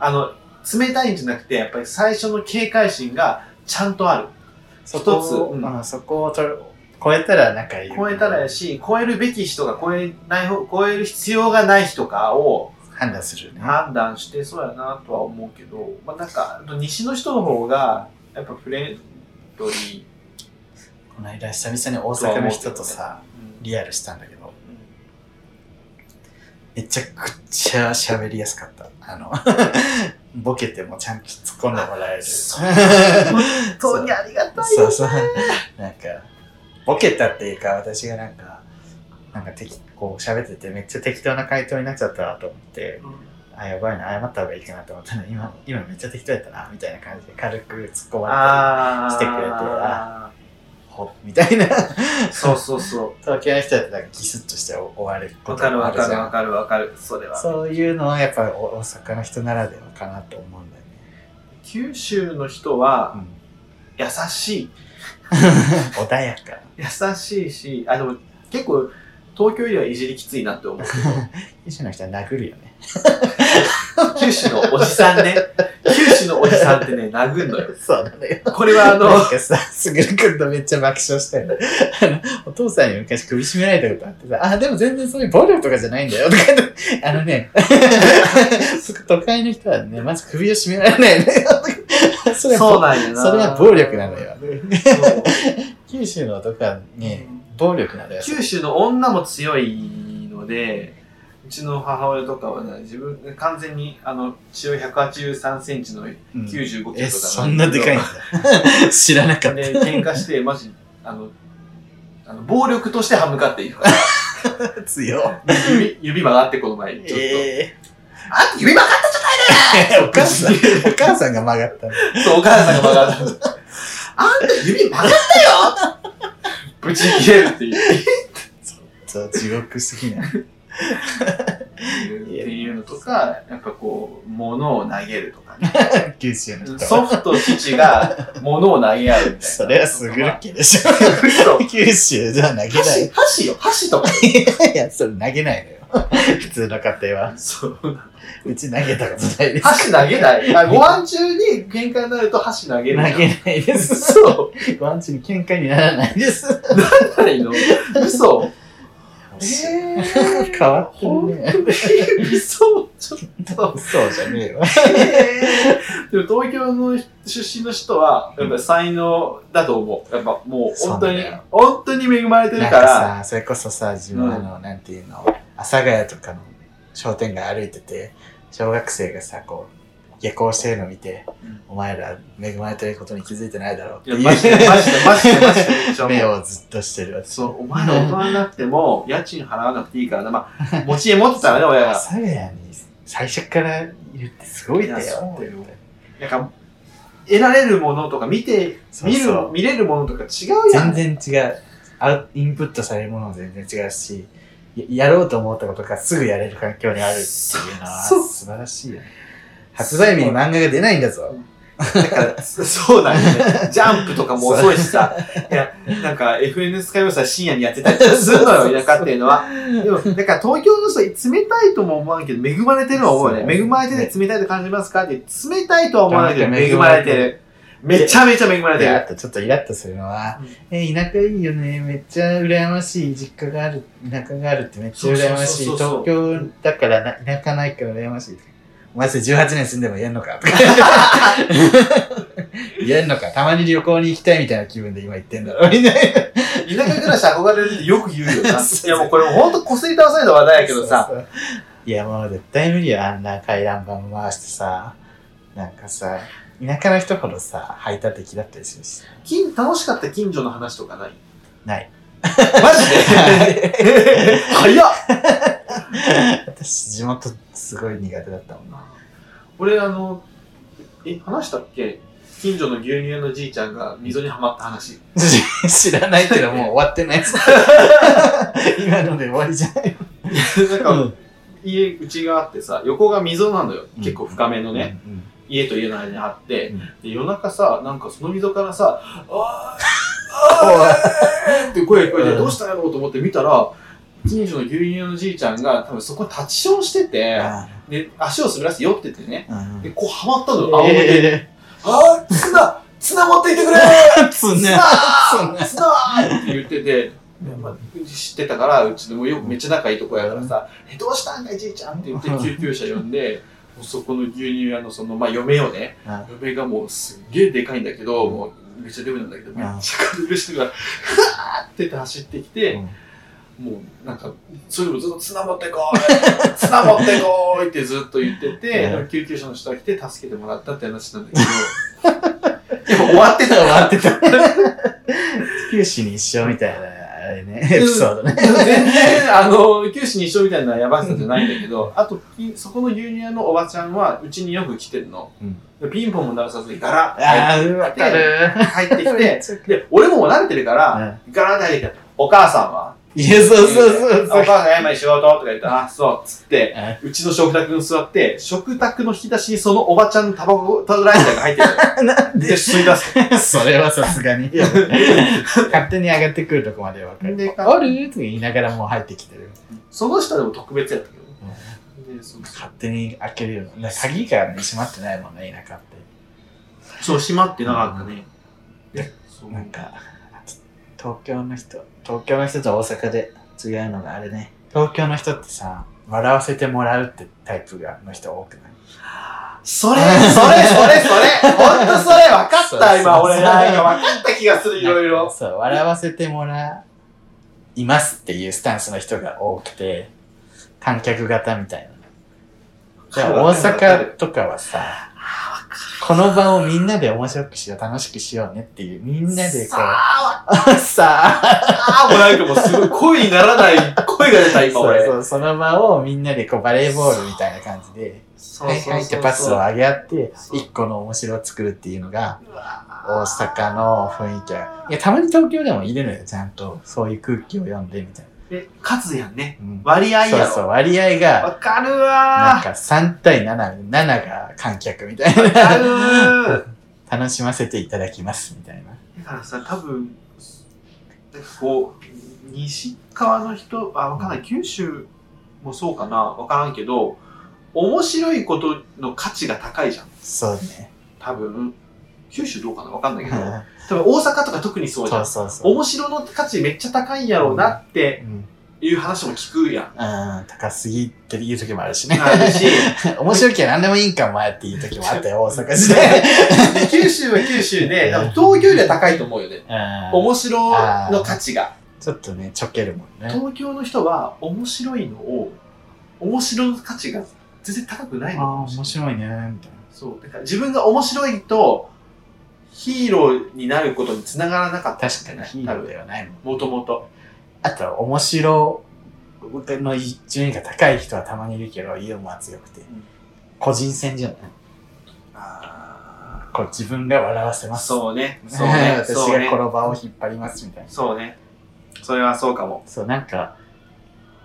Speaker 2: あの冷たいんじゃなくてやっぱり最初の警戒心がちゃんとある
Speaker 1: そこ
Speaker 2: 一つ
Speaker 1: を、
Speaker 2: うん
Speaker 1: うんそこをと超えたら仲いい。
Speaker 2: 超えたらやし超えるべき人が超えない方超える必要がない人かを
Speaker 1: 判断するね。
Speaker 2: 判断してそうやなとは思うけど、まあ、なんかあと西の人の方がやっぱフレンドリー、
Speaker 1: この間久々に大阪の人とさ、リアルしたんだけど、
Speaker 2: うん
Speaker 1: めちゃくちゃ喋りやすかった。あの、 ボケてもちゃんと突っ込んでもらえる。
Speaker 2: そ
Speaker 1: 本
Speaker 2: 本当にありがたい
Speaker 1: そう
Speaker 2: よ。
Speaker 1: そう。なんか、ボケたっていうか、私がなんか、なんか適こう喋っててめっちゃ適当な回答になっちゃったなと思って、あ、やばいな、謝った方がいいかなと思ったのに、今、今めっちゃ適当やったな、みたいな感じで軽く突っ込まれて、
Speaker 2: ああ。
Speaker 1: してくれてあほみたいな。
Speaker 2: そうそうそ
Speaker 1: 東京の人だとなんかギスッとして終わる
Speaker 2: う。
Speaker 1: こ
Speaker 2: わ
Speaker 1: とも
Speaker 2: かるわ
Speaker 1: あるじゃ
Speaker 2: か
Speaker 1: ん
Speaker 2: るわかるわかる。それは。
Speaker 1: そういうのはやっぱり大阪の人ならではかなと思うんだよね。
Speaker 2: 九州の人は
Speaker 1: うん
Speaker 2: 優しい。
Speaker 1: 穏やか。
Speaker 2: 優しいし、あ、でも結構東京よりはいじりきついなっ て思う。
Speaker 1: 九州の人は殴るよね。
Speaker 2: 九州のおじさんね。九州のおじさんってね、殴んのよ。
Speaker 1: そうなのよ。
Speaker 2: これはあの、
Speaker 1: なんかさ、すぐるくんとめっちゃ爆笑したよね。あの、 お父さんに昔首絞められたことあってさ、あ、でも全然そういう暴力とかじゃないんだよ。とか言ってあのね、 都会の人はね、まず首を絞められないのよ。 それは
Speaker 2: そうなんやな。
Speaker 1: それは暴力なのよ
Speaker 2: そう。
Speaker 1: 九州の男はね
Speaker 2: う、ん
Speaker 1: 暴力なのよ。
Speaker 2: 九州の女も強いのでうちの母親とかは、ね、自分完全にあの血を1 8 3センチの95
Speaker 1: うん
Speaker 2: キロとか
Speaker 1: え、そんなでかいん
Speaker 2: の
Speaker 1: だ。 知らなかった。
Speaker 2: で喧嘩してマジあのあの暴力として歯向かっているから
Speaker 1: 強っ。
Speaker 2: 指指曲がってこの前ちょっと、
Speaker 1: え
Speaker 2: あんた指曲がっ
Speaker 1: えお母さん、お
Speaker 2: てる
Speaker 1: 母さんが曲がったの。
Speaker 2: そうお母さんが曲がった あんた指曲がったよぶち切れるっていう
Speaker 1: そう、地獄すぎない。
Speaker 2: っていうのとかやっぱこう物を投げるとか ね
Speaker 1: 九州の人
Speaker 2: 祖
Speaker 1: は。
Speaker 2: 父と父が物を投げ合うみたいな。
Speaker 1: それはすぐる
Speaker 2: ま
Speaker 1: きでしょ。
Speaker 2: あ 嘘
Speaker 1: 九州じゃ投げない。
Speaker 2: 箸、箸よ、箸とか。
Speaker 1: いや、それ投げないのよ。普通の家庭は。
Speaker 2: そう。
Speaker 1: うち投げたことないです。
Speaker 2: 箸投げない。あご飯中に喧嘩になると箸投げ
Speaker 1: 投げ
Speaker 2: る。
Speaker 1: ないです。
Speaker 2: そう。
Speaker 1: ワンチに喧嘩にならないです。
Speaker 2: ないの嘘。え
Speaker 1: ー 変わってるね
Speaker 2: 本当に嘘。ちょっと。
Speaker 1: そうじゃねえわ。
Speaker 2: えーでも東京の出身の人は、やっぱ才能だと思う。やっぱもう本当に
Speaker 1: そうなんだよ、
Speaker 2: 本当に恵まれてる
Speaker 1: なん
Speaker 2: か、
Speaker 1: からさ、それこそさ、自
Speaker 2: う
Speaker 1: 分
Speaker 2: ん
Speaker 1: あの、なんていうの、阿佐ヶ谷とかの商店街歩いてて、小学生がさ、こう、下校してるの見て、
Speaker 2: うん
Speaker 1: お前ら恵まれてることに気づいてないだろうっ
Speaker 2: い
Speaker 1: てい
Speaker 2: や、
Speaker 1: う
Speaker 2: マジで、マジで、マジで、マジでめっちゃ思う、
Speaker 1: 目をずっとしてる。
Speaker 2: そう、お前ら大人になっても、家賃払わなくていいからな。まあ、持ち家持ってたらね、親
Speaker 1: 阿
Speaker 2: が。
Speaker 1: 佐ヶ谷に最初から言ってすごいんだ
Speaker 2: いや
Speaker 1: よ。
Speaker 2: そうよなんか、得られるものとか、見て、
Speaker 1: そうそう
Speaker 2: 見る、見れるものとか違うやん。
Speaker 1: 全然違う。アウインプットされるものも全然違うし、ややろうと思ったことがすぐやれる環境にあるっていうのは
Speaker 2: そう
Speaker 1: 素晴らしいよね。発売日に漫画が出ないんだぞ。
Speaker 2: だから、 そそうだよね。ジャンプとかも遅いし さ。いや、なんか、FNS 歌謡祭深夜にやってたりとかす るのよ、田舎っていうのは。でも、だから東京の人、冷たいとも思わんけど、恵まれてるのは思うよね。
Speaker 1: そう
Speaker 2: 恵まれてて冷たいと感じますかって、冷たいとは思わないけど、
Speaker 1: なんか
Speaker 2: 恵
Speaker 1: 恵
Speaker 2: ま
Speaker 1: ま
Speaker 2: れ
Speaker 1: れ
Speaker 2: て
Speaker 1: てる
Speaker 2: る。めちゃめちゃ恵まれて
Speaker 1: で、
Speaker 2: る
Speaker 1: あ。とちょっとイラッとするのは、え、田舎いいよね、めっちゃ羨ましい、実家がある、田舎があるってめっちゃ羨ましい、
Speaker 2: そうそうそうそう
Speaker 1: 東京だからな田舎ないから羨ましい。お前それ18年住んでも言えんの かとか言えんのかたまに旅行に行きたいみたいな気分で今言ってんだろみたいな。
Speaker 2: 田舎暮らし憧れるってよく言うよな。
Speaker 1: そう
Speaker 2: いやもうこれほんとこすり倒さないと話題やけどさ。
Speaker 1: そうそう。いや、もう絶対無理よ。あんな回覧板回してさ。なんかさ、田舎の人ほどさ、排他的だったりするし。
Speaker 2: 近楽しかった近所の話とかない
Speaker 1: ない。
Speaker 2: マ ジで早っ
Speaker 1: 私、地元すごい苦手だったもんな。
Speaker 2: 俺あの、え、話したっけ近所の牛乳のじいちゃんが溝にはまった話。
Speaker 1: 知らないけど、もう終わってない。今ので終わりじゃない。
Speaker 2: なんか、家、うちがあってさ、横が溝なのよ。結構深めのね。
Speaker 1: うん。
Speaker 2: 家と家の間にあって、
Speaker 1: うん
Speaker 2: で夜中さ、なんかその溝からさ、あーいって声聞こえ
Speaker 1: う
Speaker 2: て、
Speaker 1: ん
Speaker 2: どうしたんやろうと思って見たら、近所の牛乳のじいちゃんが多分そこ立ちションしてて、で、足を滑らせて酔っててね、
Speaker 1: うん
Speaker 2: で、こうはまったのよ、仰向けに
Speaker 1: え
Speaker 2: あー、綱綱持っていてくれ
Speaker 1: ー、つ
Speaker 2: 綱
Speaker 1: ね。
Speaker 2: 綱って言ってて、まあ知ってたから、うちでもよくめっちゃ仲いいとこやからさ、え、どうしたんかいじいちゃんって言って救急車呼んで、もうそこの牛乳屋のその、まあ嫁をね、
Speaker 1: うん
Speaker 2: 嫁がもうすっげえでかいんだけど、
Speaker 1: うん
Speaker 2: もうめっちゃデブなんだけど、
Speaker 1: ん
Speaker 2: めっちゃ軽いしてるから、ふわーって走ってきて、
Speaker 1: うん
Speaker 2: もうなんか、それもずっと綱持ってこ い綱持ってこいってずっと言ってて、
Speaker 1: うん
Speaker 2: 救急車の人が来て助けてもらったって話なんだけ ど、でも終わってた
Speaker 1: 終わ
Speaker 2: わ。
Speaker 1: ってた。九死に一生みたいな、あれね、エピソードね。
Speaker 2: 全然、あの、九死に一生みたいなやばさじゃないんだけど、あと、きそこの牛乳屋のおばちゃんは、うちによく来てるの。
Speaker 1: うん
Speaker 2: でピンポンも鳴らさずにガラッ
Speaker 1: ああ、わかる。
Speaker 2: て入ってき て、
Speaker 1: う
Speaker 2: で、俺ももう慣れてるから、
Speaker 1: ん
Speaker 2: ガラッて入ってきた。お母さんはい
Speaker 1: や、そうそうそう
Speaker 2: お
Speaker 1: そう。
Speaker 2: 母さん今仕事とか言ったら、あ、そう、つって、
Speaker 1: あ
Speaker 2: うちの食卓に座って、食卓の引き出しにそのおばちゃんのタバコ、タライターが入ってる。
Speaker 1: なん
Speaker 2: で、
Speaker 1: で
Speaker 2: 吸い出す。
Speaker 1: それはさすがに。勝手に上がってくるとこまでわかる。
Speaker 2: で
Speaker 1: おるーって言いながらもう入ってきてる。
Speaker 2: その人はでも特別やったけど。でそう
Speaker 1: 勝手に開けるような。鍵がね、閉まってないもんね、田舎って。
Speaker 2: そう、閉まってなかったね。でそう
Speaker 1: なんか、東京の人、東京の人と大阪で違うのがあれね。東京の人ってさ、笑わせてもらうってタイプがの人多くない
Speaker 2: それ、それ、それ、それ、ほんとそれ、分かっ
Speaker 1: そう
Speaker 2: た、
Speaker 1: そう
Speaker 2: 今、俺、なんか分かった気がする、いろいろ。
Speaker 1: そう、笑わせてもらいますっていうスタンスの人が多くて、観客型みたいな。じゃあ大阪とかはさ、この場をみんなで面白くしよう、楽しくしようねっていう、みんなでこ
Speaker 2: さあ、
Speaker 1: う、さあ、
Speaker 2: ああ、もうなんかもうすごい声にならない、声が出た、今、
Speaker 1: そう
Speaker 2: 俺。
Speaker 1: そう、その場をみんなでこうバレーボールみたいな感じで、
Speaker 2: そう
Speaker 1: はいはいってパスを上げ合って
Speaker 2: そ、う
Speaker 1: 一個の面白を作るっていうのが、
Speaker 2: うわ
Speaker 1: 大阪の雰囲気は。いや、たまに東京でもいるのよ、ちゃんと。そういう空気を読んでみたいな。
Speaker 2: え、勝つやんね。
Speaker 1: うん
Speaker 2: 割合
Speaker 1: そう
Speaker 2: や
Speaker 1: そう、
Speaker 2: ろ。
Speaker 1: 割合が、
Speaker 2: わかる
Speaker 1: なん
Speaker 2: わ
Speaker 1: か3対7、7が観客みたい
Speaker 2: ー。わかる
Speaker 1: な。
Speaker 2: ー。
Speaker 1: 楽しませていただきますみたいな。
Speaker 2: だからさ、多分、なんかこう、西側の人、あ、わかんない、九州もそうかな、わからんけど、面白いことの価値が高いじゃん。
Speaker 1: そうね。
Speaker 2: 多分、九州どうかなわかんないけど、
Speaker 1: そ
Speaker 2: 多分大阪とか特にそうじゃ。
Speaker 1: うんそうそう。
Speaker 2: 面白の価値めっちゃ高いんやろうなって
Speaker 1: うん、うん、
Speaker 2: いう話も聞くや ん。
Speaker 1: 高すぎっていう時もあるしね。
Speaker 2: あるし、
Speaker 1: 面白きゃ何でもいいんか、お前っていう時もあったよ、大阪時 代。
Speaker 2: 九州は九州で、多分東京よりは高いと思うよね。
Speaker 1: うん
Speaker 2: 面白の価値が。
Speaker 1: ちょっとね、ちょけるもんね。
Speaker 2: 東京の人は面白いのを面白の価値が全然高くないの
Speaker 1: あ
Speaker 2: か
Speaker 1: あ、
Speaker 2: もしれない
Speaker 1: 面白いね、みたいな。
Speaker 2: そうだから自分が面白いとヒーローになることにつながらなかった
Speaker 1: 確かにヒーローではないもん。
Speaker 2: もともと
Speaker 1: あと、面白の順位が高い人はたまにいるけど、ユーモア強くて
Speaker 2: ん。
Speaker 1: 個人戦じゃない
Speaker 2: あ
Speaker 1: こう自分が笑わせ
Speaker 2: あ
Speaker 1: ます。
Speaker 2: そうねそう
Speaker 1: ね
Speaker 2: ね
Speaker 1: 私
Speaker 2: そう
Speaker 1: が
Speaker 2: ね
Speaker 1: この場を引っ張りますみたいな。
Speaker 2: そうねそれはそうかも
Speaker 1: そう、なんか、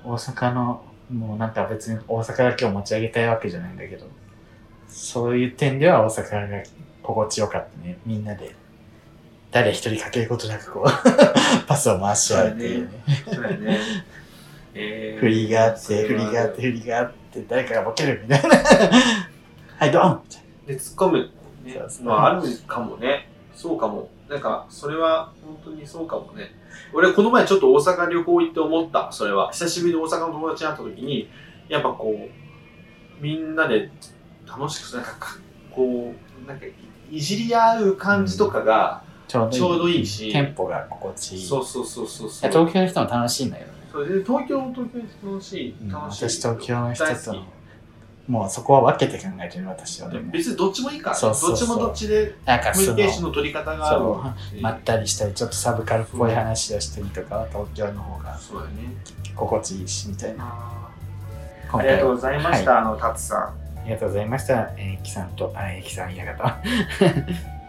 Speaker 1: 大阪の、もうなんか別に大阪だけを持ち上げたいわけじゃないんだけど、そういう点では大阪が心地よかったね。みんなで、誰一人かけることなくこう、 パスを回し合うっていうね。
Speaker 2: そうや ねえー
Speaker 1: 振りがあっ
Speaker 2: それ
Speaker 1: て、振
Speaker 2: は
Speaker 1: りがあって、振りがあって、誰かがボケるみたいな。 はい、ドンみたい
Speaker 2: で突っ込む、ね
Speaker 1: そうそう
Speaker 2: まあ、あるかもねそうかもなんかそれは本当にそうかもね俺この前ちょっと大阪旅行行って思ったそれは久しぶりに大阪の友達に会った時にやっぱこうみんなで楽しくなんかかこうなんかいじり合う感じとかが、
Speaker 1: ちょうどいい。
Speaker 2: ちょうどいいし
Speaker 1: テンポが心地いい。い
Speaker 2: そうそうそうそうそ
Speaker 1: や
Speaker 2: う
Speaker 1: 東京の人も楽しいんだよね。
Speaker 2: それで東京も東京で楽しい
Speaker 1: うん
Speaker 2: 楽しい、
Speaker 1: 私東京の人
Speaker 2: 大
Speaker 1: と
Speaker 2: 好き
Speaker 1: もうそこは分けて考えてる私はでも
Speaker 2: 別にどっちもいいからね
Speaker 1: そうそうそう
Speaker 2: どっちもどっちで
Speaker 1: なんか
Speaker 2: コミュ
Speaker 1: そ
Speaker 2: ニ
Speaker 1: の
Speaker 2: ケーションの取り方がある
Speaker 1: そ
Speaker 2: し
Speaker 1: うまったりしたりちょっとサブカルっぽい話をしたりとかは東京の方が
Speaker 2: そうだよね
Speaker 1: 心地いいしみたいな今
Speaker 2: ありがとう
Speaker 1: は
Speaker 2: ございました、あの、タツさん。
Speaker 1: ありがとうございましたえーきさんとあえきさんや がと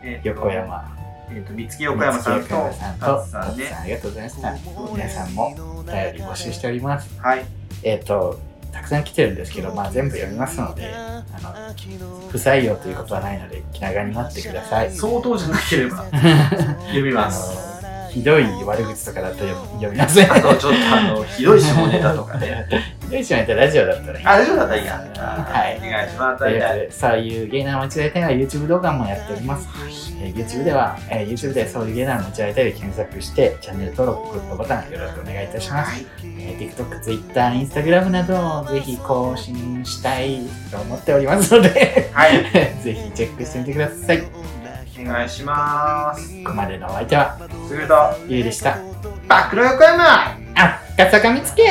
Speaker 2: えーと
Speaker 1: 横。山
Speaker 2: えっ、と、三月横山さん
Speaker 1: 三
Speaker 2: と
Speaker 1: 木横山さん、と
Speaker 2: タツさ
Speaker 1: た
Speaker 2: ん
Speaker 1: つ
Speaker 2: ね
Speaker 1: さ。んありがとうございました皆
Speaker 3: 皆
Speaker 1: さ
Speaker 3: さ
Speaker 1: ん
Speaker 3: ん
Speaker 1: も
Speaker 3: も
Speaker 1: お
Speaker 3: お
Speaker 1: 便
Speaker 3: 便
Speaker 1: り
Speaker 3: り
Speaker 1: 募
Speaker 3: 募
Speaker 1: 集
Speaker 3: 集
Speaker 1: し
Speaker 3: してて
Speaker 1: お
Speaker 3: おり
Speaker 1: ります
Speaker 2: はい。
Speaker 1: えっ、とたくさん来てるんです
Speaker 3: ます
Speaker 1: け
Speaker 3: け
Speaker 1: ど
Speaker 3: ど、
Speaker 1: ま
Speaker 3: ま
Speaker 1: あ
Speaker 3: あ
Speaker 1: 全
Speaker 3: 全
Speaker 1: 部読み
Speaker 3: 部読み
Speaker 1: ま
Speaker 3: ますす
Speaker 1: の
Speaker 3: の
Speaker 1: で
Speaker 3: で、
Speaker 1: あ
Speaker 3: あ
Speaker 1: の
Speaker 3: の、
Speaker 1: 不
Speaker 3: 不
Speaker 1: 採
Speaker 3: 採
Speaker 1: 用
Speaker 3: 用
Speaker 1: と
Speaker 3: と
Speaker 1: い
Speaker 3: いうう
Speaker 1: こ
Speaker 3: ことと
Speaker 1: はな
Speaker 3: はないい
Speaker 1: の
Speaker 3: の
Speaker 1: で
Speaker 3: で、
Speaker 1: 気
Speaker 3: 気
Speaker 1: 長
Speaker 3: 長
Speaker 1: に
Speaker 3: に
Speaker 1: 待っ
Speaker 3: 待ってて
Speaker 1: く
Speaker 3: く
Speaker 1: だ
Speaker 3: だ
Speaker 1: さ
Speaker 3: さ
Speaker 1: い
Speaker 3: い。
Speaker 2: 相当じゃなけれ ば
Speaker 3: 読
Speaker 2: みます
Speaker 1: ひどい悪口とかだと読読みません
Speaker 2: あと、ちょっと、あの、ひどい下ネタとかね。
Speaker 1: ひどい人がいたらラジオだったらいい
Speaker 2: あ、大丈夫だったらいいや。
Speaker 1: はい
Speaker 2: お願いします。
Speaker 1: というこ
Speaker 2: 大
Speaker 1: と
Speaker 2: 体。
Speaker 1: で、そういう芸能の間違いたいは YouTube 動画もやっております。えー YouTube では、えー YouTube でそういう芸能の間違いたいで検索して、チャンネル登録、グッドボタンよろしくお願いいたします。えー TikTok、Twitter、Instagram などをぜひ更新したいと思っておりますので、
Speaker 2: はい。
Speaker 1: ぜひチェックしてみてください。こ
Speaker 2: お願いします。
Speaker 1: こまでのお相手は、
Speaker 2: すると、
Speaker 1: ゆうでした。
Speaker 2: バックロ横山
Speaker 1: あっガサカ見つけ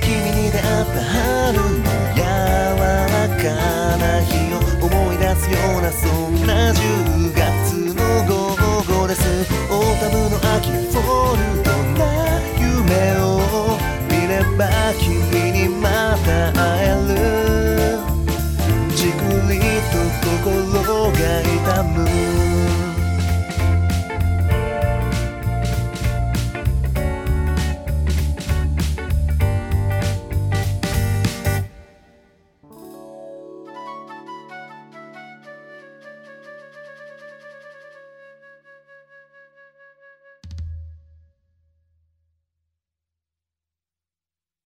Speaker 3: 君に出会った春の柔らかな日を思い出すようなそんな10